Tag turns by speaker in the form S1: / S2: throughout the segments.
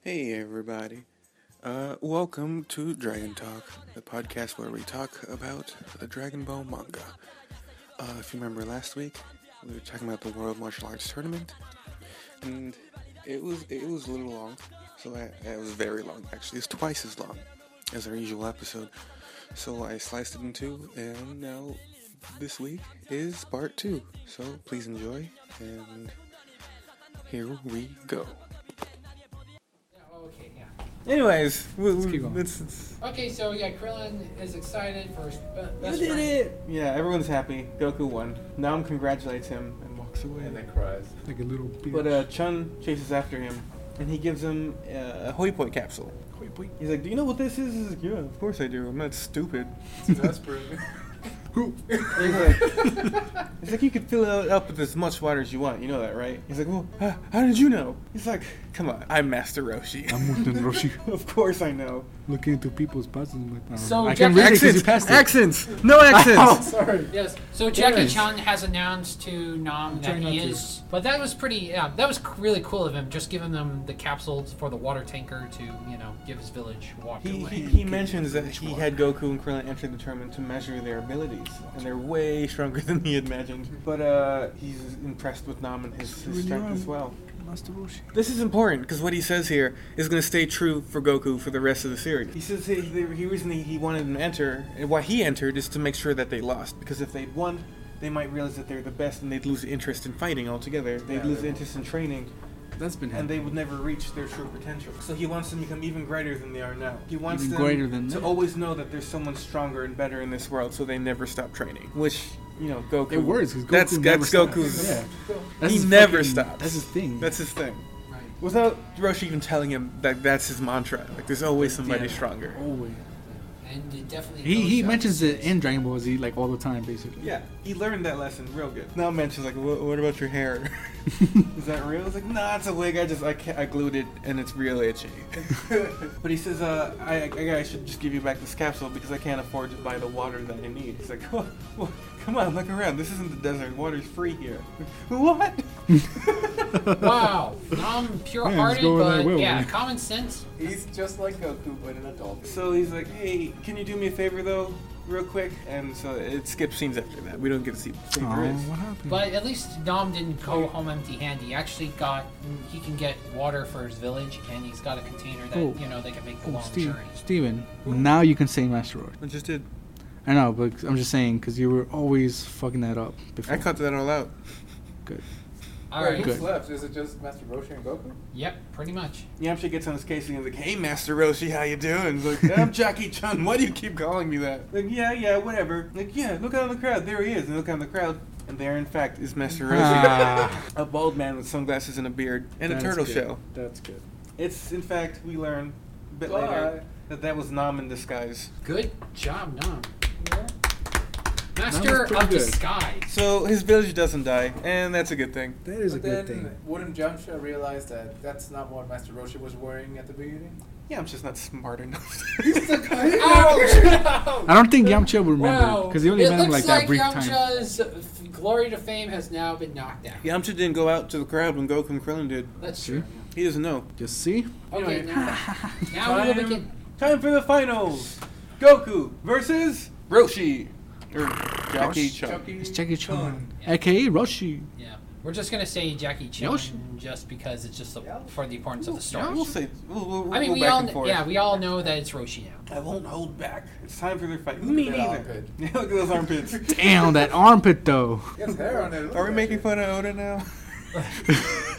S1: Hey, everybody. Uh, welcome to Dragon Talk, the podcast where we talk about the Dragon Ball manga. Uh, if you remember last week, we were talking about the World Martial Arts Tournament, and it was it was a little long. So I, it was very long, actually. It's twice as long as our usual episode. So I sliced it in two, and now this week is part two. So please enjoy, and here we go.
S2: Okay, yeah.
S1: Anyways, let's
S3: keep going.
S2: Okay, so yeah, Krillin is excited for his be- best
S1: You did
S2: friend.
S1: it! Yeah, everyone's happy. Goku won. Nam congratulates him and walks away.
S4: and then cries.
S3: Like a little bitch.
S1: But uh, Chun chases after him, and he gives him uh, a Hoi Poi capsule.
S3: Wait, wait.
S1: He's like, "Do you know what this is?" He's like, "Yeah, of course I do. I'm not stupid."
S4: It's desperate.
S3: Who?
S1: And he's like, he's like, "You could fill it up with as much water as you want. You know that, right?" He's like, "Well, h- how did you know?" He's like, "Come on, I'm Master Roshi.
S3: I'm more than Roshi.
S1: of course I know."
S3: Looking into people's past and like, I don't
S2: So
S3: know. I
S2: Jack-
S3: can read it 'cause you passed
S1: accents,
S3: it. Oh,
S1: accents, no accents.
S4: Sorry.
S2: Yes. So Jackie
S1: Yes.
S2: Chan has announced to Nam that
S3: trying
S2: he
S3: not to.
S2: is. But that was pretty. Yeah, that was c- really cool of him, just giving them the capsules for the water tanker to, you know, give his village water.
S1: He,
S2: away.
S1: he, he mentions that he had Goku and Krillin enter the tournament to measure their abilities, and they're way stronger than he had imagined. But uh, he's impressed with Nam and his, his strength as well.
S3: Master Roshi.
S1: This is important because what he says here is going to stay true for Goku for the rest of the series. He says he, the reason he he wanted them to enter, and why he entered, is to make sure that they lost. Because if they'd won, they might realize that they're the best, and they'd lose interest in fighting altogether. They'd
S4: Yeah,
S1: lose
S4: they-
S1: interest in training,
S3: That's been
S1: and they
S3: happening.
S1: would never reach their true potential. So he wants them to become even greater than they are now. He wants
S3: Even
S1: them
S3: greater than
S1: to
S3: that.
S1: always know that there's someone stronger and better in this world, so they never stop training. Which you know, Goku.
S3: It works. 'cause Goku
S1: that's
S3: never
S1: that's
S3: stops.
S1: Goku's.
S3: Yeah.
S1: he
S3: his
S1: never
S3: fucking-
S1: stops.
S3: That's his thing.
S1: That's his thing.
S2: Right.
S1: Without Roshi even telling him that that's his mantra. Like there's always somebody
S3: Yeah.
S1: stronger.
S3: always.
S2: And it definitely.
S3: He he
S2: goes up.
S3: mentions it in Dragon Ball Z like all the time, basically.
S1: Yeah, he learned that lesson real good. Now mentions like, what, what about your hair?
S3: Oh,
S1: Is that real? It's like, nah, it's a wig. I just I, ca I glued it and it's real itchy. but he says, uh, I, I I should just give you back this capsule because I can't afford to buy the water that I need. He's like, "Wha- wha- come on, look around. This isn't the desert. Water's free here. what?
S2: Wow. Nam, pure
S3: Yeah, he's
S2: hearted,
S3: going that
S2: but
S3: well,
S2: yeah,
S3: man.
S2: common sense.
S4: He's just like Goku, but an adult.
S1: So he's like, hey, can you do me a favor though, real quick? And so it skips scenes after that. We don't get to see what the
S3: Oh,
S1: favor is.
S3: what happened?
S2: But at least Nam didn't go home empty handed. He actually got. He can get water for his village, and he's got a container that,
S3: Oh.
S2: you know, they can make the
S3: Oh,
S2: long
S3: Steve,
S2: journey.
S3: Steven, now you can say Master Roshi.
S1: I just did.
S3: I know, but I'm just saying because you were always fucking that up before.
S1: I cut that all out.
S2: All
S4: Alright,
S2: right.
S4: who's
S3: Good.
S4: left? Is it just Master Roshi and Goku?
S2: Yep, pretty much.
S1: Yamcha gets on his case and he's like, "Hey, Master Roshi, how you doing?" He's like, "I'm Jackie Chun. Why do you keep calling me that?" Like, "Yeah, yeah, whatever." Like, "Yeah, look out in the crowd. There he is." And look out in the crowd, and there, in fact, is Master Roshi,
S3: Ah,
S1: a bald man with sunglasses and a beard and
S3: that's
S1: a turtle
S3: good.
S1: shell.
S3: That's good.
S1: It's, in fact, we learn a bit
S4: Bye.
S1: later that that was Nam in disguise.
S2: Good job, Nam.
S4: Yeah.
S2: Master
S3: pretty
S2: of
S3: good.
S2: disguise.
S1: So his village doesn't die, and that's a good thing.
S3: That is
S4: but
S3: a good
S4: then,
S3: thing.
S4: wouldn't Jamsha realize that that's not what Master Roshi was wearing at the beginning?
S1: Yeah, I'm just not smart enough.
S2: Ouch!
S3: I don't think Yamcha will remember
S2: Wow.
S3: because he only
S2: it
S3: met him
S2: looks
S3: like that
S2: like
S3: brief time.
S2: Yamcha's f- glory to fame has now been knocked out.
S1: Yamcha didn't go out to the crowd when Goku and Krillin did.
S2: That's
S3: Sure.
S2: true.
S1: He doesn't know.
S3: Just see.
S2: Okay,
S1: Anyway.
S2: now, now we will begin.
S1: Time for the finals. Goku versus Roshi. Or Jackie
S3: Roshi.
S1: Chan.
S3: It's Jackie Chan,
S2: Yeah.
S3: aka Roshi.
S2: Yeah, we're just gonna say Jackie Chan
S3: Yoshi.
S2: just because it's just the
S4: Yeah.
S2: for the importance of the
S1: Yeah,
S2: story.
S1: we'll say. We'll, we'll,
S2: I mean,
S1: we'll
S2: we
S1: back
S2: all
S1: and forth.
S2: yeah, we all know that it's Roshi now.
S1: I won't hold back. It's time for their fight.
S4: Look at
S1: Me
S4: that
S1: neither.
S4: armpit.
S1: Yeah, Look at those armpits.
S3: Damn, that armpit though.
S4: He has hair on it. look
S1: Are we
S4: at
S1: making
S4: it.
S1: fun of Oda now?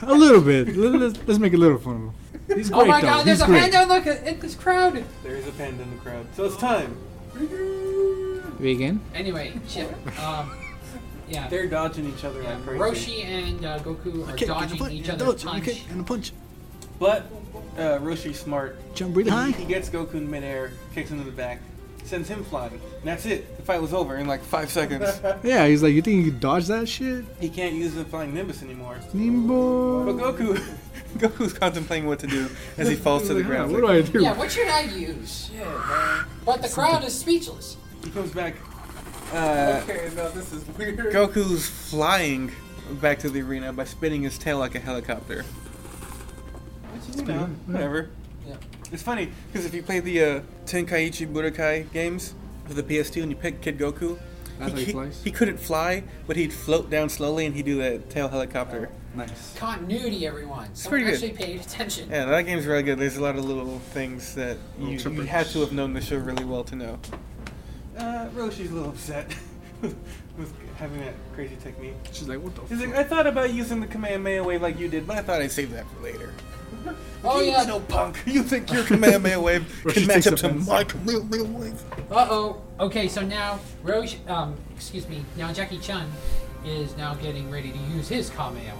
S3: a little bit. Let- Let's, let's make a little fun of him. He's great
S2: oh my
S3: though.
S2: God! There's
S3: He's
S2: a
S3: great.
S2: panda! Look at at this crowd.
S1: There is a panda in the crowd. So it's time.
S3: Vegan.
S2: Anyway, shit. Um, yeah.
S1: They're dodging each other
S2: Yeah,
S1: like crazy.
S2: Roshi and uh, Goku are dodging each other's punch.
S3: and a punch.
S1: But uh, Roshi's smart.
S3: Jump really
S1: He,
S3: high.
S1: he gets Goku in midair, kicks him to the back, sends him flying. And that's it. The fight was over in like five seconds.
S3: Yeah, he's like, you think you could dodge that shit,
S1: he can't use the flying Nimbus anymore. But
S3: Nimbo?
S1: Goku, Goku's contemplating what to do as he falls to the
S3: He's like, "Ah,
S1: ground.
S3: What do I do?
S2: Yeah, what should I use?
S4: Yeah, man.
S2: But the crowd is speechless.
S1: he comes back. Uh,
S4: Okay, no, this is weird.
S1: Goku's flying back to the arena by spinning his tail like a helicopter.
S4: Which
S1: you know,
S3: pretty-
S1: whatever.
S4: Yeah.
S1: It's funny because if you play the uh, Tenkaichi Budokai games for the PS2 and you pick Kid Goku,
S3: That's how he
S1: he,
S3: flies?
S1: he couldn't fly, but he'd float down slowly and he'd do the tail helicopter.
S3: Nice.
S5: Continuity, everyone. Someone
S1: pretty good.
S5: actually paid attention.
S1: Yeah, that game's really good. There's a lot of little things that
S3: Little
S1: you, you
S3: trippers.
S1: had to have known the show really well to know. Uh, Roshi's a little upset with, with having that crazy technique.
S3: She's like, what the
S1: He's like,
S3: fuck?
S1: I thought about using the Kamehameha wave like you did, but I thought I'd save that for later.
S5: Oh,
S1: you
S5: yeah.
S1: little punk! You think your Kamehameha wave
S3: Roshi
S1: can match
S3: takes
S1: up to
S3: offense.
S1: my Kamehameha wave?
S2: Uh oh. Okay, so now Roche, um, excuse me, now Jackie Chun is now getting ready to use his Kamehameha.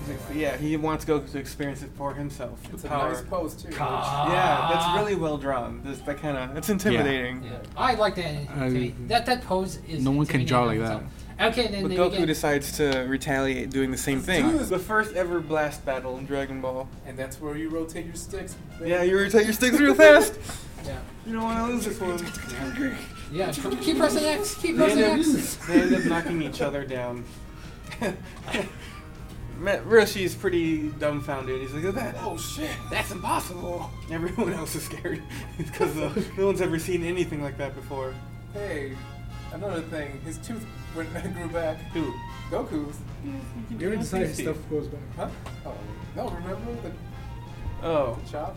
S1: He's like, Yeah, he wants Goku to experience it for himself. The
S4: It's a
S1: power.
S4: nice pose too.
S2: Ka-
S1: yeah, that's really well drawn. This that kind of it's intimidating.
S2: Yeah. I like that. intimi- that that pose is.
S3: No one can draw like
S2: intimidating in itself. Okay, then
S1: But
S2: they
S1: Goku
S2: get,
S1: decides to retaliate doing the same thing. The first ever blast battle in Dragon Ball.
S4: And that's where you rotate your sticks. baby.
S1: Yeah, you rotate your sticks real fast.
S2: Yeah.
S1: You don't want to lose this one.
S2: yeah, keep pressing X. Keep
S1: They
S2: pressing
S1: end,
S2: X.
S1: up, they end up knocking each other down. Matt Roshi's pretty dumbfounded. He's like, that,
S4: Oh shit.
S1: that's impossible. Everyone else is scared because no one's ever seen anything like that before.
S4: Hey, another thing. His tooth went grew back.
S1: Who?
S4: Goku's.
S1: You
S3: You already decided stuff goes back.
S4: Huh? Oh no! Remember the
S1: Oh,
S4: chop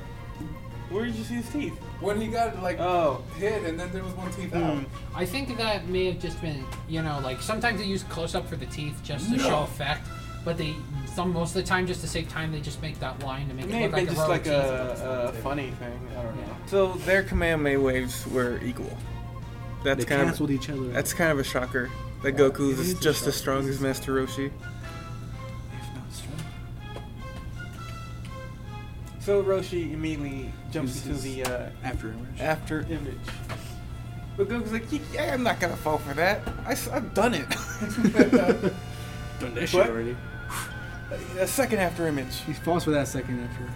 S1: where did you see his teeth?
S4: when he got like
S1: Oh.
S4: hit, and then there was one teeth out.
S1: Hmm.
S2: I think that may have just been, you know, like sometimes they use close up for the teeth just to show effect, but they some most of the time just to save time they just make that line to make
S1: It
S2: it,
S1: may have
S2: look
S1: been
S2: like a row
S1: just
S2: of
S1: like a,
S2: teeth.
S1: a funny thing. I don't
S2: Yeah.
S1: know. So their Kamehameha waves were equal. That's
S3: They
S1: kind of
S3: canceled each other.
S1: that's kind of a shocker. That
S3: Yeah,
S1: Goku
S3: it is
S1: is
S3: a
S1: just as
S3: shocker.
S1: strong as Master Roshi.
S3: If not strong.
S1: So Roshi immediately jumps into
S3: Uses-
S1: the uh,
S3: After image.
S1: after image. But Goku's like, "Yeah, I'm not gonna fall for that. I, have done it.
S3: Done that
S1: What? a second after image.
S3: He falls for that second after.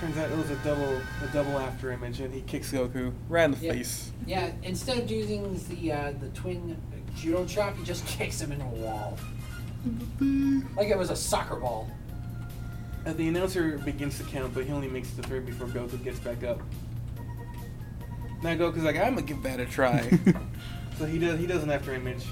S1: Turns out it was a double a double after image, and he kicks Goku right in the
S5: Yeah.
S1: face.
S5: Yeah, instead of using the uh, the twin judo chop, he just kicks him into a wall. Like it was a soccer ball.
S1: Uh, the announcer begins to count, but he only makes the three before Goku gets back up. Now Goku's like, I'm gonna give that a try. so he does. He does an after image,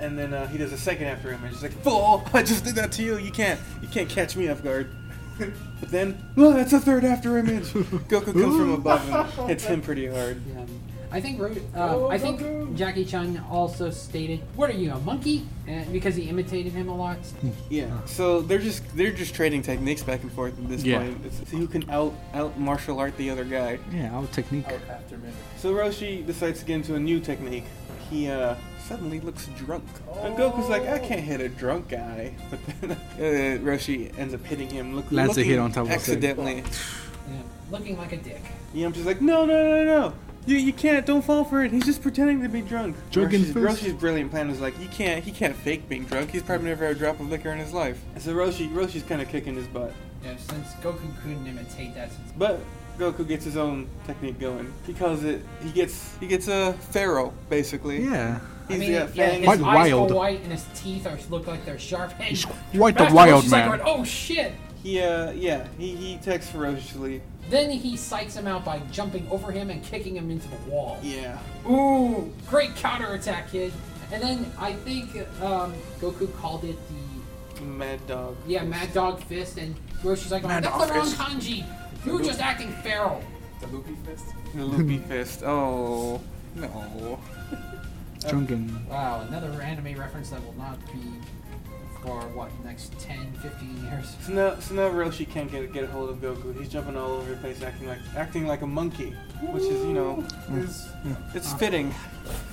S1: and then uh, he does a second after image. He's like, fool! I just did that to you. You can't. You can't catch me off guard. but then, oh, that's a third after image. Goku comes from above and hits him pretty hard.
S2: Yeah. I think Ro- uh,
S4: Go,
S1: Oh,
S2: I
S4: go,
S2: think
S4: go.
S2: Jackie Chun also stated, "What are you, a monkey?" And because he imitated him a lot.
S1: Hmm. Yeah. So they're just they're just trading techniques back and forth at this
S3: Yeah.
S1: point. It's, it's who can out out martial art the other guy.
S3: Yeah, our technique.
S4: Out after minute.
S1: So Roshi decides to get into a new technique. He uh, suddenly looks drunk. And Goku's like, I can't hit a drunk guy. But then uh, Roshi ends up hitting him. Look,
S3: Lands a
S1: looking
S3: hit on top of the
S1: Accidentally.
S2: Yeah. Looking like a dick.
S1: Yamcha's like, no, no, no, no. You, you can't. Don't fall for it. He's just pretending to be drunk.
S3: Drunk in
S1: Roshi's,
S3: first.
S1: Roshi's brilliant plan is like, you can't. He can't fake being drunk. He's probably never had a drop of liquor in his life. So Roshi, Roshi's kind of kicking his butt.
S2: Yeah, since Goku couldn't imitate that, since
S1: But Goku gets his own technique going. He calls it. He gets. He gets a pharaoh basically.
S3: Yeah.
S1: He's
S2: I mean,
S1: got
S2: yeah,
S1: fangs.
S2: his
S3: Quite
S2: eyes
S3: wild.
S2: go white and his teeth are look like they're sharp. And
S3: He's quite the
S2: Master
S3: wild
S2: Roshi's
S3: man.
S2: Like going, oh shit!
S1: He uh yeah, he he texts ferociously.
S2: Then he psychs him out by jumping over him and kicking him into the wall.
S1: Yeah.
S2: Ooh, great counterattack, kid! And then I think um, Goku called it the
S1: Mad dog.
S2: yeah Mad Dog Fist, and Roshi's like,
S1: Mad
S2: "That's
S1: Dog
S2: the wrong
S1: Fist."
S2: kanji. You were just acting feral."
S4: The loopy fist.
S1: The loopy fist. Oh no.
S3: Drunken.
S2: Wow, another anime reference that will not be for what next 10, 15 years.
S1: So now, so now Roshi can't get get a hold of Goku. He's jumping all over the place acting like acting like a monkey. Which is, you know
S4: He's,
S1: it's fitting.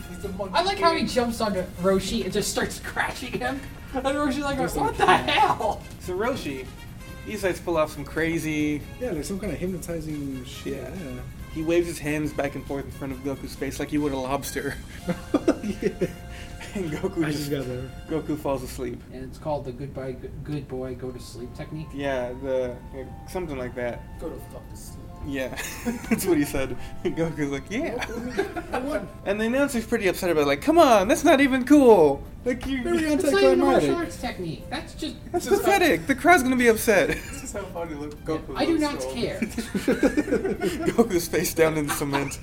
S4: he's the monkey.
S2: I like how he
S4: king.
S2: jumps onto Roshi and just starts scratching him. And Roshi's like,
S3: Just
S2: what
S3: like-
S2: the hell?
S1: So Roshi, he decides to pull off some crazy
S3: Yeah, like some kind of hypnotizing shit.
S1: Yeah. he waves his hands back and forth in front of Goku's face like he would a lobster. and Goku
S3: I
S1: just,
S3: just got there.
S1: Goku falls asleep.
S2: And it's called the goodbye, good boy, go to sleep technique.
S1: Yeah, the something like that.
S4: Go to fuck to sleep.
S1: Yeah, that's what he said. Goku's like, yeah.
S4: I won.
S1: And the announcer's pretty upset about it. Like, come on, that's not even cool. Like, you,
S3: Very
S2: It's not even a martial
S3: anticlimactic.
S2: arts technique. That's just.
S1: that's pathetic. The crowd's gonna be upset.
S4: This is how funny look Goku
S2: I do
S4: looks
S2: not
S4: so-
S2: care.
S1: Goku's face down in the cement.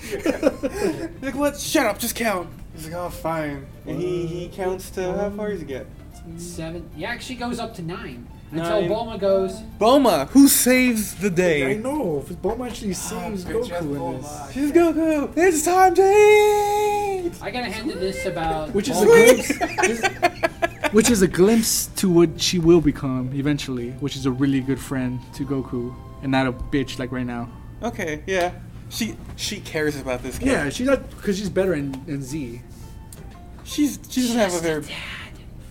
S1: like, what? Shut up, just count. He's like, oh, fine. And he, he counts to how far does he get?
S2: Seven. He actually goes up to nine until
S1: Nine.
S2: Bulma goes.
S1: Boma, who saves the
S3: I
S1: day?
S3: know. if Bulma actually saves
S4: good job,
S3: Goku in
S4: Bulma.
S3: this.
S1: She's Goku. It's time to eat.
S2: I got a hand to this about
S3: Which is a
S2: Bulma.
S3: glimpse. Which is a glimpse to what she will become eventually, which is a really good friend to Goku and not a bitch like right now.
S1: Okay, yeah. She she cares about this kid.
S3: Yeah, she's not because she's better in, in Z.
S1: She's she doesn't have a very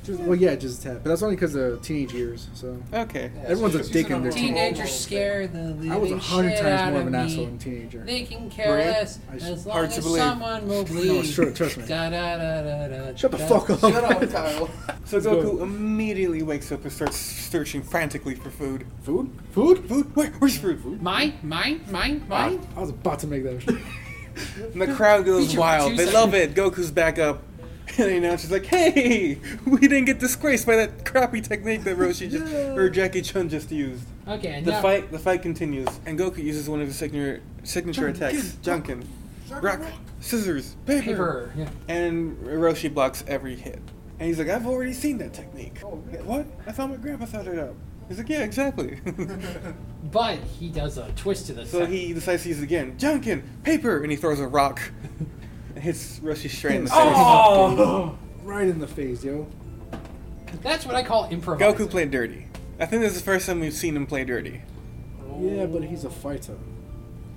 S3: Just, well, yeah, just a tad, but that's only because of teenage years. So
S1: okay.
S4: Yeah,
S3: Everyone's
S4: she's-
S3: a
S4: she's
S3: dick
S4: an
S3: in their
S4: horrible
S2: Teenagers
S4: thing.
S2: scare the living
S3: I was a hundred
S2: shit
S3: times
S2: out
S3: more of an
S2: me.
S3: asshole than a teenager.
S2: They can care
S1: Right?
S2: less
S3: I just-
S2: as long
S1: hard to
S2: as
S1: believe.
S2: someone will bleed.
S3: sure, trust me.
S2: Da, da, da, da, da,
S3: Shut the
S2: da.
S3: fuck up.
S4: Shut up, Kyle.
S1: So
S3: Let's
S1: Goku
S3: go.
S1: immediately wakes up and starts searching frantically for food.
S3: Food? Food?
S1: Food? Where, where's food? Food?
S2: Mine, mine, mine, mine.
S3: I was about to make that.
S1: And the crowd goes
S2: Feature
S1: wild.
S2: producer.
S1: They love it. Goku's back up. And they announce, she's like, hey, we didn't get disgraced by that crappy technique that Roshi just, or Jackie Chun just used.
S2: Okay, and
S1: The
S2: now,
S1: fight the fight continues, and Goku uses one of his signature, signature attacks, Junkin. Rock, scissors,
S2: paper. Yeah.
S1: And Roshi blocks every hit. And he's like, I've already seen that technique.
S4: Oh, really?
S1: What? I thought my grandpa thought it up. He's like, yeah, exactly.
S2: But he does a twist to this.
S1: so he decides to use it again. Junkin, paper! And he throws a rock. and hits Roshi straight in the face.
S3: Oh! Right in the face, yo.
S2: That's what I call improv.
S1: Goku played dirty. I think this is the first time we've seen him play dirty.
S3: Yeah, but he's a fighter.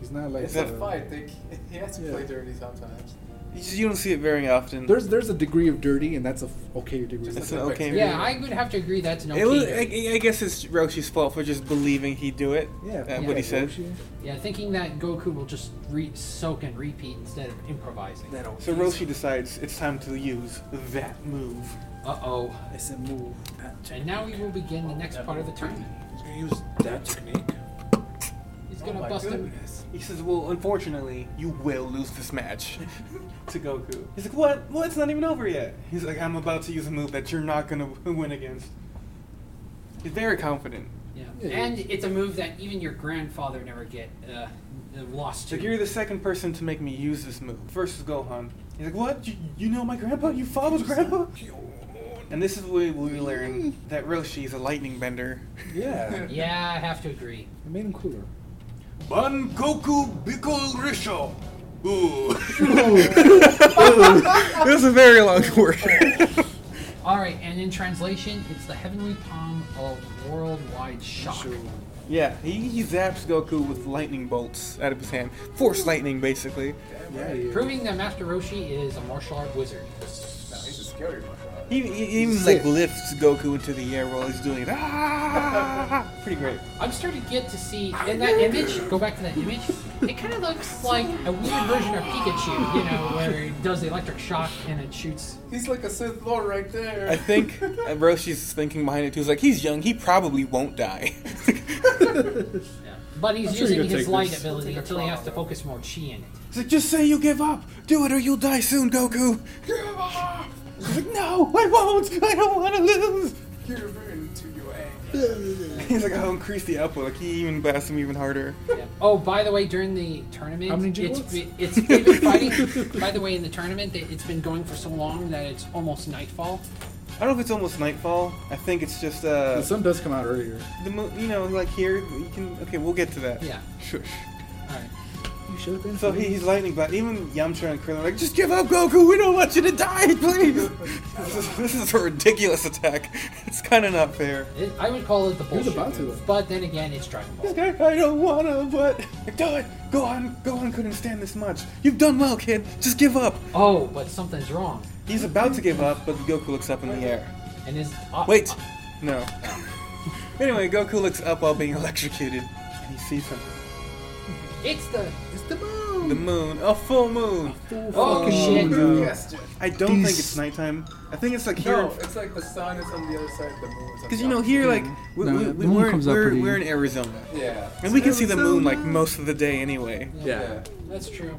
S3: He's not like.
S4: It's a
S3: uh,
S4: fight. They, he has to
S3: Yeah.
S4: play dirty sometimes.
S1: You just- You don't see it very often.
S3: There's there's a degree of dirty, and that's a f- okay degree.
S1: it's
S4: Just
S1: an
S4: like
S1: okay.
S4: bacteria.
S2: Yeah, I would have to agree that's an okay.
S1: It was,
S2: joke.
S1: I, I guess it's Roshi's fault for just believing he'd do it.
S3: yeah,
S1: uh, what he said.
S3: Roshi.
S2: yeah, thinking that Goku will just re- soak and repeat instead of improvising. Uh
S1: So Roshi decides it's time to use that move.
S2: oh.
S3: It's a move.
S2: And now we will begin the next part of the tournament.
S6: He's gonna use that technique.
S2: He's
S4: Oh
S2: gonna
S4: my
S2: bust him.
S4: goodness.
S1: He says, "Well, unfortunately, you will lose this match." to Goku, he's like, "What? Well, it's not even over yet." He's like, "I'm about to use a move that you're not gonna win against." He's very confident.
S2: Yeah.
S3: Yeah.
S2: And it's a move that even your grandfather never get uh, lost
S1: He's
S2: to.
S1: like, "You're the second person to make me use this move." First is Gohan. He's like, "What? You, you know my grandpa? You followed grandpa?" And this is where we learn that Roshi is a lightning bender.
S3: Yeah,
S2: yeah, I have to agree.
S3: it made him cooler.
S6: Ban Goku Biko Risho. Ooh.
S1: It was a very long word.
S2: All right, and in translation, it's the heavenly palm of worldwide shock.
S1: yeah, he, he zaps Goku with lightning bolts out of his hand. Force lightning, basically.
S3: Yeah, yeah.
S2: Proving that Master Roshi is a martial art wizard.
S4: No, he's a scary one.
S1: He, he he even like lifts Goku into the air while he's doing it. Ah! Pretty great.
S2: I'm starting to get to see in that image. Go back to that image. It kind of looks like a weird version of Pikachu, you know, where it does the electric shock and it shoots.
S4: He's like a Sith Lord right there.
S1: I think uh, Roshi's thinking behind it too. He's like, he's young. He probably won't die.
S2: But he's
S3: I'm sure you
S2: using
S3: can
S2: his
S3: take
S2: light
S3: this.
S2: ability
S4: Take a
S2: until he has
S4: trauma.
S2: to focus more chi in it.
S1: he's like, just say you give up. Do it or you'll die soon, Goku.
S4: Give up!
S1: He's like, no, I won't. I don't want to lose.
S4: You're ruined to your anger.
S1: He's like, I'll increase the output. Like he even blasts him even harder.
S2: Yeah. Oh, by the way, during the tournament,
S3: How many
S2: it's
S3: gigawatts?
S2: be- it's they've been fighting. by the way, in the tournament, they- it's been going for so long that it's almost nightfall.
S1: I don't know if it's almost nightfall. I think it's just uh,
S3: The sun does come out earlier.
S1: the mo- you know like here you can. Okay, we'll get to that.
S2: Yeah.
S1: Shush.
S2: All right.
S3: You should have been.
S1: So he, he's lightning but Even Yamcha and Krillin are like, just give up, Goku. We don't want you to die, please. this, is, this is a ridiculous attack. It's kind of not fair.
S2: It, I would call it the
S3: was
S2: bullshit.
S3: about to.
S2: move, But then again, it's Dragon Ball.
S1: I don't wanna, but do it. Go on, go on. Couldn't stand this much. You've done well, kid. Just give up.
S2: Oh, but something's wrong.
S1: He's about to give up, but Goku looks up in the air.
S2: And is uh,
S1: Wait, no. anyway, Goku looks up while being electrocuted, and he sees something.
S2: It's the
S3: It's the moon.
S1: The moon, a full moon.
S2: Oh, shit.
S3: dude.
S4: Yes, dude.
S1: I don't think
S3: These-
S1: it's nighttime. I think it's like here.
S4: No, it's like the sun is on the other side of the moon.
S1: Because you know here, like we,
S3: No,
S1: we,
S3: the
S1: we,
S3: moon
S1: we're,
S3: comes up
S1: we're,
S3: pretty-
S1: we're in Arizona,
S4: Yeah.
S1: and we can see the moon like
S3: Arizona.
S1: most of the day anyway.
S4: Yeah.
S2: That's true.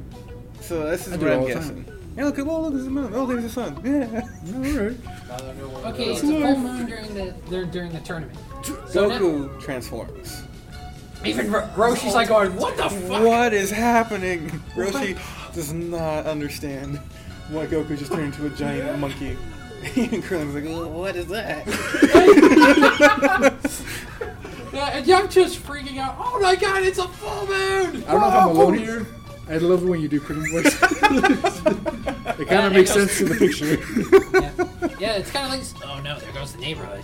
S1: So this is
S3: I do
S1: what
S3: it
S1: I'm
S3: all the
S1: guessing. Yeah, look, oh look, there's the moon. Oh, there's the sun. Yeah.
S3: All right.
S4: Another new one of
S2: Okay, it's
S4: those.
S2: a full moon during the dur- during the tournament. So now-
S1: Goku transforms.
S2: Even R- Roshi's like going, what the fuck?
S1: What is happening? Roshi does not understand why Goku just turned into a giant monkey. and Krillin's like, "Well, what is that?
S2: Yeah, and Yamcha's freaking out. Oh my god, it's a full moon!
S3: I don't know if I'm alone here. I love when you do Krillin voice. it kind of makes sense in the picture.
S2: Yeah, yeah it's kind of like, oh no, there goes the neighborhood.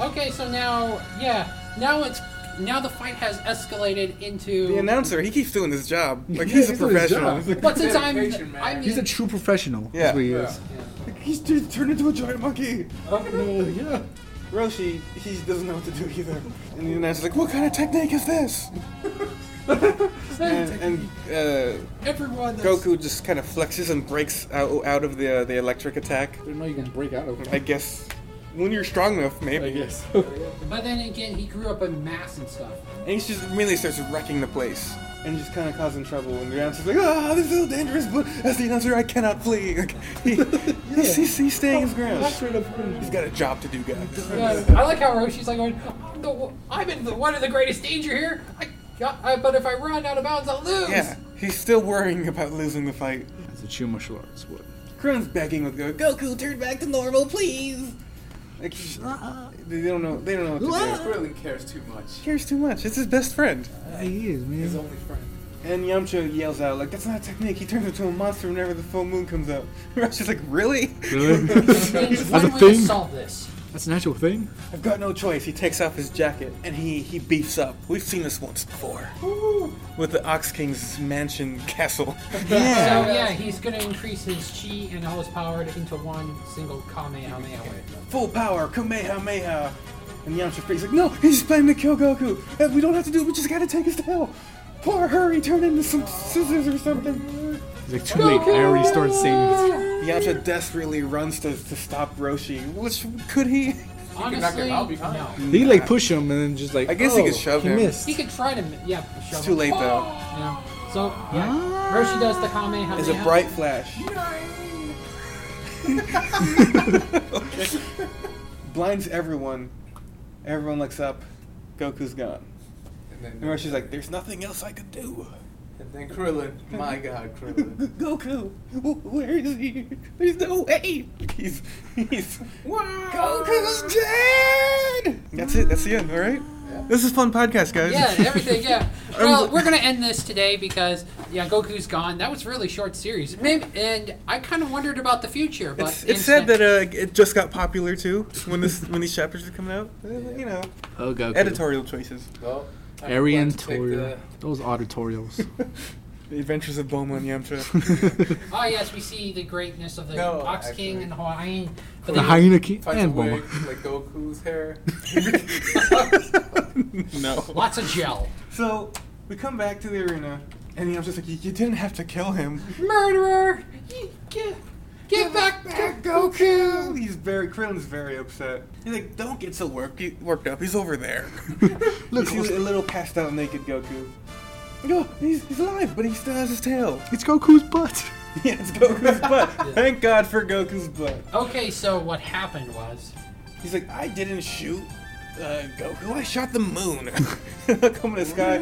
S2: Okay, so now, yeah, now it's now the fight has escalated
S1: The
S2: into.
S1: announcer, he keeps doing his job. Like,
S3: Yeah,
S1: he's a
S3: he's doing his
S1: professional.
S3: job.
S2: But since I'm,
S4: Dedication, man.
S2: I mean,
S3: He's a true professional. Yeah.
S1: Yeah.
S3: That's what he
S4: Yeah.
S3: is.
S1: He's just turned into a giant monkey.
S3: Uh, yeah.
S1: Roshi, he doesn't know what to do either. And the announcer's like, what kind of technique is this? and and uh,
S2: everyone. that's-
S1: Goku just kind of flexes and breaks out, out of the, uh, the electric attack.
S3: I didn't know you can break out of
S1: I
S3: it.
S1: guess when you're strong enough, maybe.
S3: I guess.
S2: But then again, he grew up in mass and stuff.
S1: And he just immediately starts wrecking the place. And just kind of causing trouble. And the announcer's like, ah, this is so dangerous, but as the announcer, I cannot flee. Like, he, he's, he's, he's staying his ground.
S3: Straight up Krillin.
S1: He's got a job to do, guys.
S2: Yeah, I like how Roshi's like going, I'm, the, I'm in the, one of the greatest danger here. I, got, I, but if I run out of bounds, I'll lose.
S1: Yeah, he's still worrying about losing the fight.
S3: It's a true martial arts. What?
S1: Kron's begging with Goku, Goku, turn back to normal, please. Like, he's- they don't know. They don't know what to do.
S4: Krillin cares too much.
S1: He cares too much. It's his best friend.
S3: he is,
S4: His
S3: man.
S4: only friend.
S1: And Yamcha yells out, like, that's not a technique. He turns into a monster whenever the full moon comes up. Rashi's like, really?
S3: Really?
S2: There's
S3: As a
S2: one way to
S3: thing.
S2: solve this.
S3: That's an actual thing.
S1: I've got no choice. He takes off his jacket and he, he beefs up. We've seen this once before. With the Ox King's mansion castle.
S2: So yeah, he's gonna increase his chi and all his power into one single Kamehameha wave.
S1: Full power, Kamehameha. And Yamcha freaks like, no, he's just planning to kill Goku. And we don't have to do it, we just gotta take his tail. Poor hurry, turn into some scissors or something.
S3: It's like too late. I already started saving.
S1: Yamcha desperately runs to, to stop Roshi, which could he?
S4: knock
S2: Honestly,
S4: him out, be fine.
S2: no.
S3: He like push him and then just like.
S1: I guess he
S3: oh,
S1: could shove
S3: he
S1: him.
S3: Missed.
S2: He could try to, yeah, shove
S1: It's too
S2: him.
S1: late though.
S2: Yeah. So yeah, Roshi does the Kamehameha.
S1: It's a bright flash. Okay. Blinds everyone. Everyone looks up. Goku's gone.
S4: And then,
S1: And Roshi's like, there's nothing else I could do.
S4: and then Krillin. My God, Krillin.
S1: Goku, wh- where is he? There's no way. He's he's Goku's dead. That's it. That's the end. All right. This is fun podcast, guys.
S2: Yeah, everything. Yeah. Well, we're gonna end this today because yeah, Goku's gone. That was a really short series. Maybe, and I kind of wondered about the future, but
S1: It's, it's sad that uh, it just got popular too when this when these chapters are coming out. Uh, You know,
S3: Oh Goku.
S1: editorial choices.
S4: Well, I'm
S3: Arian
S4: glad to pick
S3: Toriel.
S4: the-
S3: Those auditorials.
S1: The Adventures of Bulma and Yamcha.
S2: oh yes, we see the greatness of the
S4: No,
S2: Ox
S4: actually.
S2: King and Hawaii. But
S3: the
S2: then-
S3: hyena king
S4: Finds a
S3: and
S4: wig
S3: Bulma.
S4: like Goku's hair.
S1: no.
S2: Lots of gel.
S1: So we come back to the arena, and Yamcha's like, "You you didn't have to kill him."
S2: Murderer! You Get, get back,
S1: back, Goku! He's very Krillin's very upset. He's like, don't get so worked worked up. He's over there. Look, he's a little passed out naked Goku. No, he's, he's alive, but he still has his tail.
S3: It's Goku's butt.
S1: Yeah, it's Goku's butt. Thank God for Goku's butt.
S2: Okay, so what happened was.
S1: He's like, I didn't shoot uh, Goku. I shot the moon. Look up in the sky,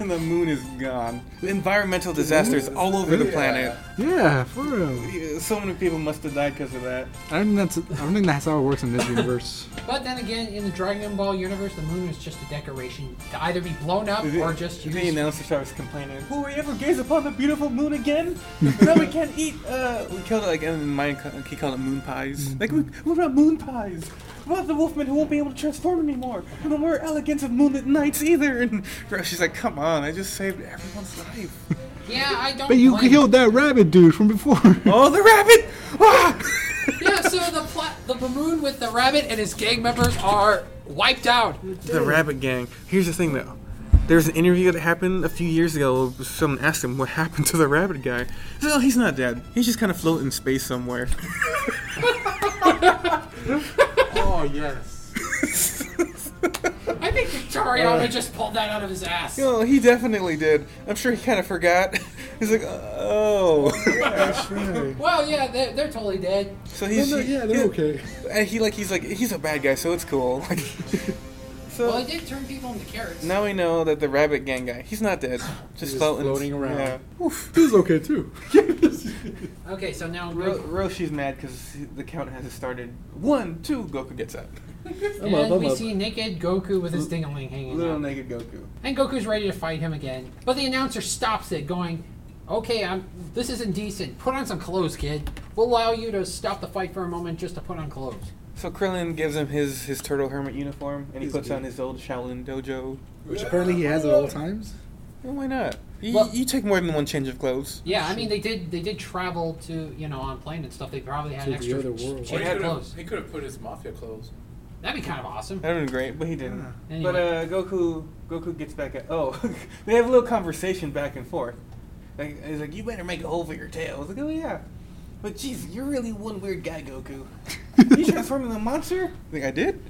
S1: and the moon is gone. Environmental disasters all over the planet.
S3: Yeah, for real.
S1: Yeah, So many people must have died because of that.
S3: I don't think that's. I don't think that's how it works in this universe.
S2: But then again, in the Dragon Ball universe, the moon was just a decoration to either be blown up or just
S1: the
S2: used.
S1: announcer starts complaining. Will we ever gaze upon the beautiful moon again? now we can't eat. Uh, we killed it like and mine. ca- He called it moon pies. Like we, what about moon pies? What about the wolfman who won't be able to transform anymore? And the more elegance of moonlit nights either. And she's like, come on, I just saved everyone's life.
S2: Yeah, I don't.
S3: But you
S2: blame-
S3: killed that rabbit dude from before.
S1: oh, the rabbit! Ah!
S2: Yeah, so the pla- the moon with the rabbit and his gang members are wiped out.
S1: the rabbit gang. Here's the thing though. There's an interview that happened a few years ago. Someone asked him what happened to the rabbit guy. He said, "Oh, he's not dead. He's just kind of floating in space somewhere."
S4: Oh yes.
S2: I think Victoriano just pulled that out of his ass.
S1: No, he definitely did. I'm sure he kind of forgot. He's like, oh.
S2: Well, yeah, they're, they're totally dead.
S1: so he's
S3: yeah, they're okay.
S1: And he like he's like he's a bad guy, so it's cool. Like, So
S2: well, I did turn people into carrots.
S1: now we know that the rabbit gang guy, he's not dead. Just
S3: just
S1: floating.
S3: floating around.
S1: Yeah.
S3: Oof, this is okay too.
S2: Okay, so now
S1: Ro-
S2: Goku,
S1: Roshi's mad because the count hasn't started. One, two, Goku gets up.
S3: I'm up,
S2: and
S3: I'm
S2: we
S3: up.
S2: see naked Goku with his ding-a-ling hanging
S1: Little
S2: out.
S1: naked Goku.
S2: And Goku's ready to fight him again. But the announcer stops it, going, Okay, I'm, this isn't decent. Put on some clothes, kid. We'll allow you to stop the fight for a moment just to put on clothes.
S1: So Krillin gives him his, his turtle hermit uniform, and he
S3: He's
S1: puts
S3: good.
S1: on his old Shaolin dojo.
S3: Which apparently he has at all times.
S1: Well, why not? You,
S2: Well-
S1: you take more than one change of clothes.
S2: Yeah, I mean they did they did travel to you know on plane and stuff. They probably had
S3: To the
S2: extra
S3: other world.
S4: Or
S2: change
S4: he
S2: of
S4: could have-
S2: clothes.
S4: he could have put his mafia clothes.
S2: That'd be kind of awesome.
S1: That would have been great, but he didn't.
S2: Anyway.
S1: But uh, Goku Goku gets back at oh, they have a little conversation back and forth. Like, he's like, "You better make a hole for your tail." I was like, "Oh yeah," but jeez, you're really one weird guy, Goku. you transformed into a monster? Like I did?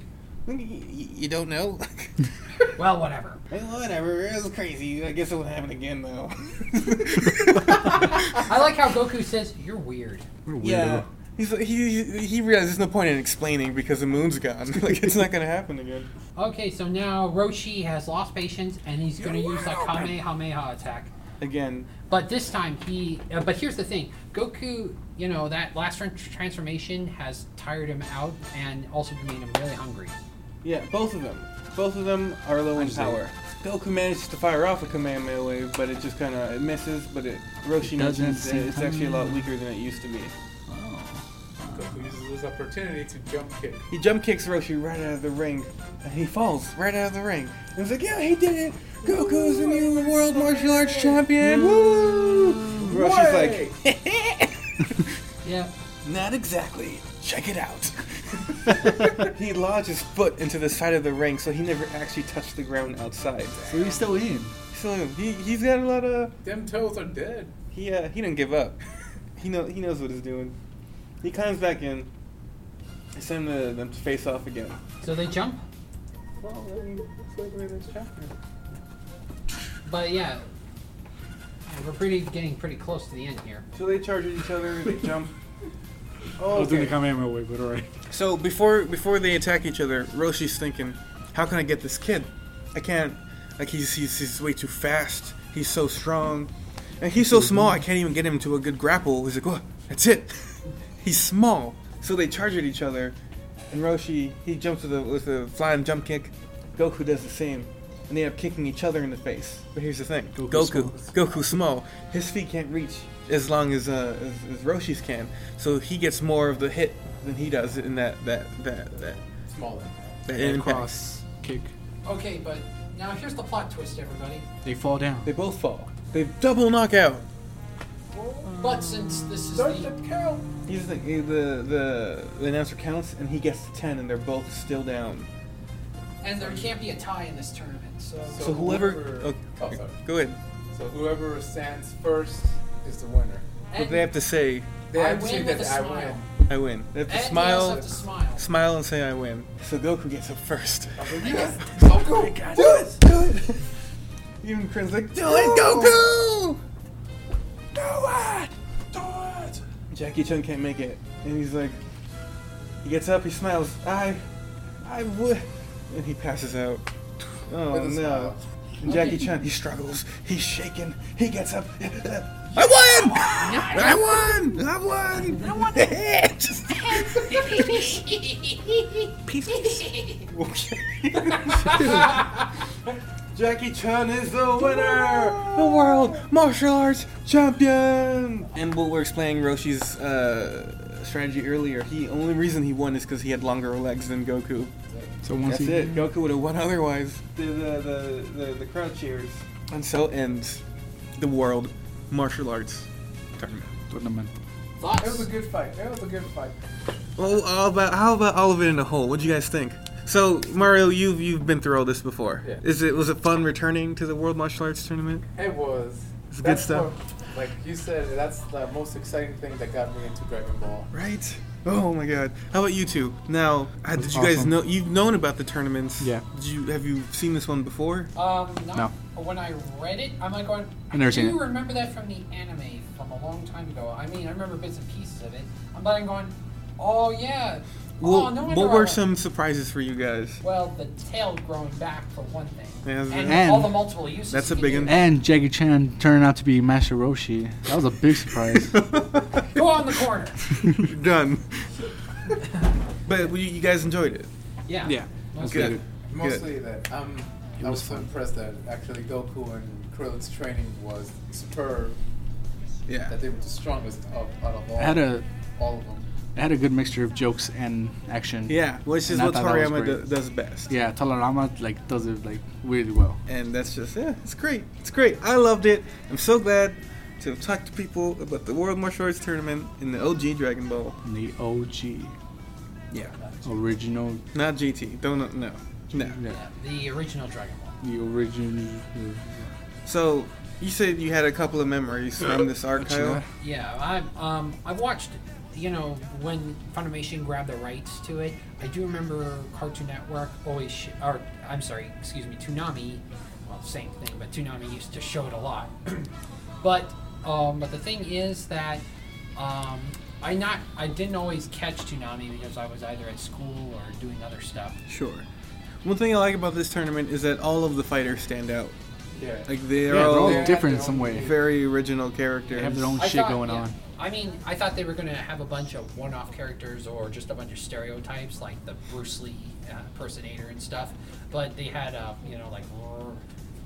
S1: Like, y- y- you don't know?
S2: Well, whatever.
S1: Like, whatever, it was crazy. I guess it won't happen again though.
S2: I like how Goku says you're weird.
S3: What a weirdo.
S1: yeah. He's, like- he he- he realizes there's no point in explaining because the moon's gone. like it's not gonna happen again.
S2: Okay, so now Roshi has lost patience and he's going to
S6: You're
S2: use the
S6: welcome.
S2: Kamehameha attack.
S1: Again,
S2: But this time he. Uh, but here's the thing, Goku. You know that last tran- transformation has tired him out and also made him really hungry.
S1: Yeah, both of them. Both of them are low in power. Goku manages to fire off a Kamehameha wave, but it just kind of it misses. But it Roshi
S3: It doesn't
S1: mentions that
S3: seem-
S1: it's actually a lot weaker than it used to be.
S4: Goku uses this opportunity to jump kick.
S1: He jump kicks Roshi right out of the ring, and he falls right out of the ring. And it's like, yeah, he did it. Goku's the new world martial arts champion. Woo! Roshi's
S4: Way!
S1: like,
S2: Yeah.
S1: not exactly. Check it out. he lodged his foot into the side of the ring, so he never actually touched the ground outside.
S3: So he's still in.
S1: So he, he's got a lot of
S4: Them toes are dead.
S1: He uh, he didn't give up. He know he knows what he's doing. He climbs back in. I send the, them to face off again.
S2: So they jump.
S1: Well, I mean, it's like we're in this chapter.
S2: But yeah, yeah, we're pretty getting pretty close to the end here.
S1: So they charge at each other. They jump.
S3: I
S1: Oh,
S3: was doing the Kamehameha way, but alright.
S1: so before before they attack each other, Roshi's thinking, "How can I get this kid? I can't. Like he's he's, he's way too fast. He's so strong, and he's so small. I can't even get him to a good grapple." He's like, "What? That's it. he's small." So they charge at each other, and Roshi he jumps with a with a flying jump kick. Goku does the same, and they end up kicking each other in the face. But here's the thing:
S3: Goku's
S1: Goku, Goku's small. His feet can't reach as long as, uh, as as Roshi's can, so he gets more of the hit than he does in that that that that,
S4: Smaller.
S1: that
S3: And
S1: impact.
S3: cross kick.
S2: Okay, but now here's the plot twist, everybody.
S3: They fall down.
S1: They both fall. They double knockout.
S2: But since this is
S4: Does
S2: the
S4: it count?
S1: He's the, the the the announcer counts, and he gets to ten, and they're both still down.
S2: and there can't be a tie in this tournament, so
S1: So whoever,
S4: whoever-
S1: oh,
S4: oh, sorry.
S1: go ahead.
S4: So whoever stands first is the winner.
S1: But they have to say,
S4: They
S2: I
S4: have to say
S2: win with a
S4: that I
S2: smile.
S4: win.
S1: "I win." They have to
S2: And they
S1: smile.
S2: also have to smile.
S1: smile and say I win. So Goku gets up first.
S4: Yes,
S2: Oh,
S4: Goku, do it!
S1: Do it! Even Krin's like, do it, Goku! Do it!
S4: Do it!
S1: Jackie Chun can't make it, and he's like, he gets up, he smiles, I, I would, and he passes out. Oh
S4: With a
S1: no!
S4: smile.
S1: And Jackie Chun, he struggles, he's shaken, he gets up. I won! I won! I won! I won! Just- Jackie Chan is the winner, the world martial arts champion. And what we're explaining Roshi's uh, strategy earlier, he only reason he won is because he had longer legs than Goku.
S3: So once
S1: That's
S3: he
S1: it. Goku would have won otherwise. The the, the the the crowd cheers. And so ends the world martial arts tournament.
S3: tournament.
S4: It was
S2: thoughts.
S4: a good fight. It was a good fight.
S1: Well, all about Oh, how about all of it in a whole? What do you guys think? So Mario, you've you've been through all this before.
S4: Yeah.
S1: Is it was it fun returning to the World Martial Arts Tournament?
S4: It was.
S1: It's good
S4: that's
S1: stuff.
S4: what- like you said, that's the most exciting thing that got me into Dragon Ball.
S1: Right. Oh my God! How about you two? Now, uh, did
S3: That's
S1: you guys
S3: awesome.
S1: know? You've known about the tournaments.
S3: Yeah.
S1: Did you have you seen this one before?
S2: Um, not,
S3: No.
S2: When I read it, I'm like going.
S3: I've never
S2: I
S3: seen
S2: do
S3: it."
S2: remember that from the anime from a long time ago. I mean, I remember bits and pieces of it. I'm like going, oh yeah,
S1: We'll,
S5: Oh, no wonder
S1: we'll
S5: I
S1: work
S5: like-
S1: some surprises for you guys.
S5: Well, the tail growing back for one thing,
S1: Yeah,
S5: and,
S3: and-
S5: all the multiple uses.
S1: That's
S5: you
S1: a
S5: can
S1: big
S5: do.
S1: one.
S3: And Jackie Chan turned out to be Master Roshi. That was a big surprise.
S5: Go on the corner.
S1: Done. but you, you guys enjoyed it.
S5: Yeah.
S3: yeah. That's
S1: Good.
S3: good.
S4: Mostly that um, I was so impressed that actually Goku and Krillin's training was superb.
S1: Yeah.
S4: That they were the strongest of out of all.
S3: It had a
S4: all of them.
S3: it had a good mixture of jokes and action.
S1: Yeah, which is
S3: And I
S1: what
S3: thought that was
S1: Toriyama
S3: great.
S1: do, does best.
S3: Yeah, Talarama like does it like really well.
S1: And that's just, yeah, it's great. It's great. I loved it. I'm so glad to have talked to people about the World Martial Arts Tournament in the OG Dragon Ball.
S3: And the OG
S1: Yeah.
S3: original,
S1: Not GT. Don't, no. No.
S5: Yeah, the original Dragon Ball.
S3: the original.
S1: So, you said you had a couple of memories from this archive.
S5: Yeah,
S2: I um I watched you know when Funimation grabbed the rights to it. I do remember Cartoon Network always sh- or I'm sorry, excuse me, Toonami. Well, same thing, but Toonami used to show it a lot. but um, but the thing is that um, I not I didn't always catch Toonami because I was either at school or doing other stuff.
S1: Sure. One thing I like about this tournament is that all of the fighters stand out.
S4: Yeah.
S1: Like they are
S3: Yeah, they're
S1: all
S3: all different in some way.
S1: very original characters.
S3: They have their own
S2: I
S3: shit
S2: thought-
S3: going
S2: yeah.
S3: on.
S2: I mean, I thought they were going to have a bunch of one-off characters or just a bunch of stereotypes like the Bruce Lee uh, impersonator and stuff, but they had uh, you know like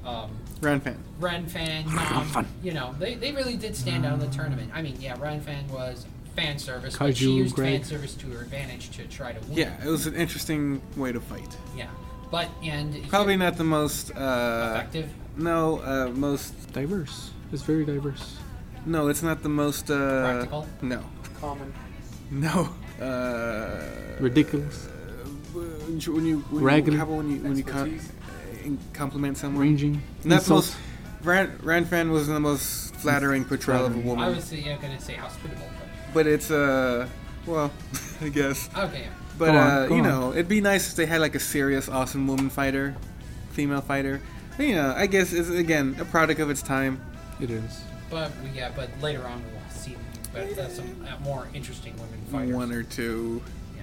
S2: um,
S1: Ranfan.
S2: Ren Fan. Nom, you know, they, they really did stand out in the tournament. I mean, yeah, Ren Fan was fan service, but she
S3: Kaiju,
S2: used
S3: Greg.
S2: fan service to her advantage to try to win.
S1: Yeah, it was an interesting way to fight.
S2: yeah, but and
S1: Probably not the most uh,
S2: effective.
S1: No, uh, most
S3: Diverse. It's very diverse.
S1: no, it's not the most uh,
S2: Practical?
S1: No,
S4: Common.
S1: no. Uh,
S3: Ridiculous.
S1: when you, when you
S3: Raggedy.
S1: How about when you when you com-
S4: Expertise.
S1: uh, compliment someone?
S3: Ranging.
S1: And that's
S3: insults.
S1: most. Ran, Ranfan was the most flattering portrayal of a woman,
S2: I was yeah, going to say hospitable,
S1: but it's uh, well, I guess.
S2: but okay. yeah.
S1: But
S3: Go on,
S1: uh,
S3: go
S1: you
S3: on.
S1: know, it'd be nice if they had like a serious, awesome woman fighter, female fighter. You know, I guess it's again a product of its time.
S3: It is.
S2: But we- yeah, but later on we'll see but that's some uh, more interesting women fighters.
S1: One or two.
S2: Yeah.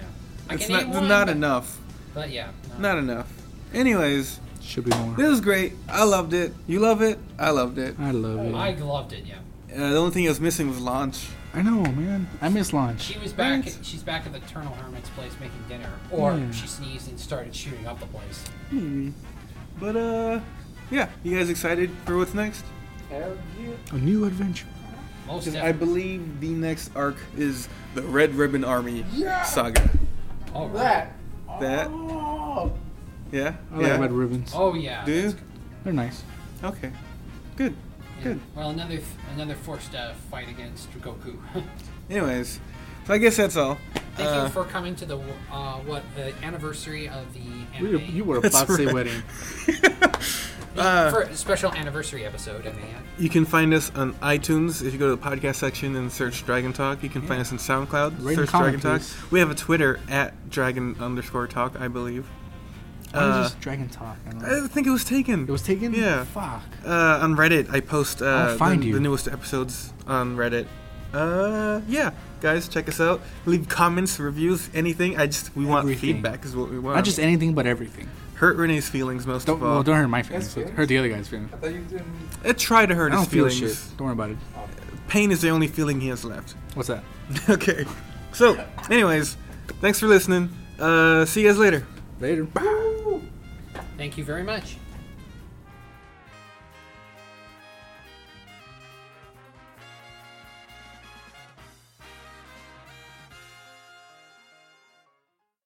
S2: I
S1: It's
S2: can
S1: not
S2: name one,
S1: not
S2: but-
S1: enough.
S2: But yeah. no.
S1: Not enough. Anyways,
S3: Should be more.
S1: this is great. I loved it. You love it. I loved it.
S3: I love it.
S2: I
S3: I,
S2: loved it. Yeah.
S1: Uh, the only thing I was missing was launch.
S3: know, man. I miss launch.
S2: She was back.
S1: Right. Hmm.
S2: She's back at the Eternal Hermit's place making dinner, or
S3: Yeah.
S2: she sneezed and started shooting up the place.
S1: But uh, yeah. You guys excited for what's next?
S4: Hell yeah.
S3: A new adventure.
S2: Most
S1: 'Cause I
S2: definitely.
S1: believe the next arc is the Red Ribbon Army saga.
S2: oh, right.
S4: That.
S1: That.
S4: Oh.
S1: Yeah.
S3: I
S1: yeah.
S3: like red ribbons.
S2: Oh yeah.
S1: Do you?
S3: They're nice.
S1: Okay. Good.
S2: Yeah.
S1: Good.
S2: Well, another another forced uh, fight against Goku.
S1: Anyways, so I guess that's all.
S2: Thank
S1: Uh,
S2: you for coming to the uh, what the anniversary of the
S3: We were-
S2: anime.
S3: you were about to say
S1: right.
S3: wedding.
S1: Uh,
S2: for a special anniversary episode. I mean, yeah.
S1: You can find us on iTunes. If you go to the podcast section and search Dragon Talk, you can find us on SoundCloud.
S3: Rate and
S1: search
S3: comment,
S1: Dragon
S3: please.
S1: Talk. We have a Twitter at Dragon underscore Talk, I believe.
S3: Why don't you
S1: Uh,
S3: just Dragon Talk? I don't know.
S1: I think it was taken.
S3: It was taken?
S1: Yeah.
S3: Fuck.
S1: uh, on Reddit. I post uh,
S3: I'll find
S1: the,
S3: you.
S1: the newest episodes on Reddit. Uh, yeah, guys, check us out. Leave comments, reviews, anything. I just we want
S3: Everything.
S1: feedback is what we want.
S3: Not just anything, but everything.
S1: hurt Renee's feelings most
S3: Don't,
S1: of all.
S3: well, don't hurt my feelings.
S4: That's fair.
S3: Hurt the other guy's feelings.
S4: I thought you didn't.
S1: Uh, try to hurt
S3: I don't
S1: his
S3: feel
S1: feelings.
S3: shit. Don't worry about it.
S1: Pain is the only feeling he has left.
S3: What's that?
S1: okay. So, anyways, thanks for listening. Uh, see you guys later.
S3: Later.
S2: Thank you very much.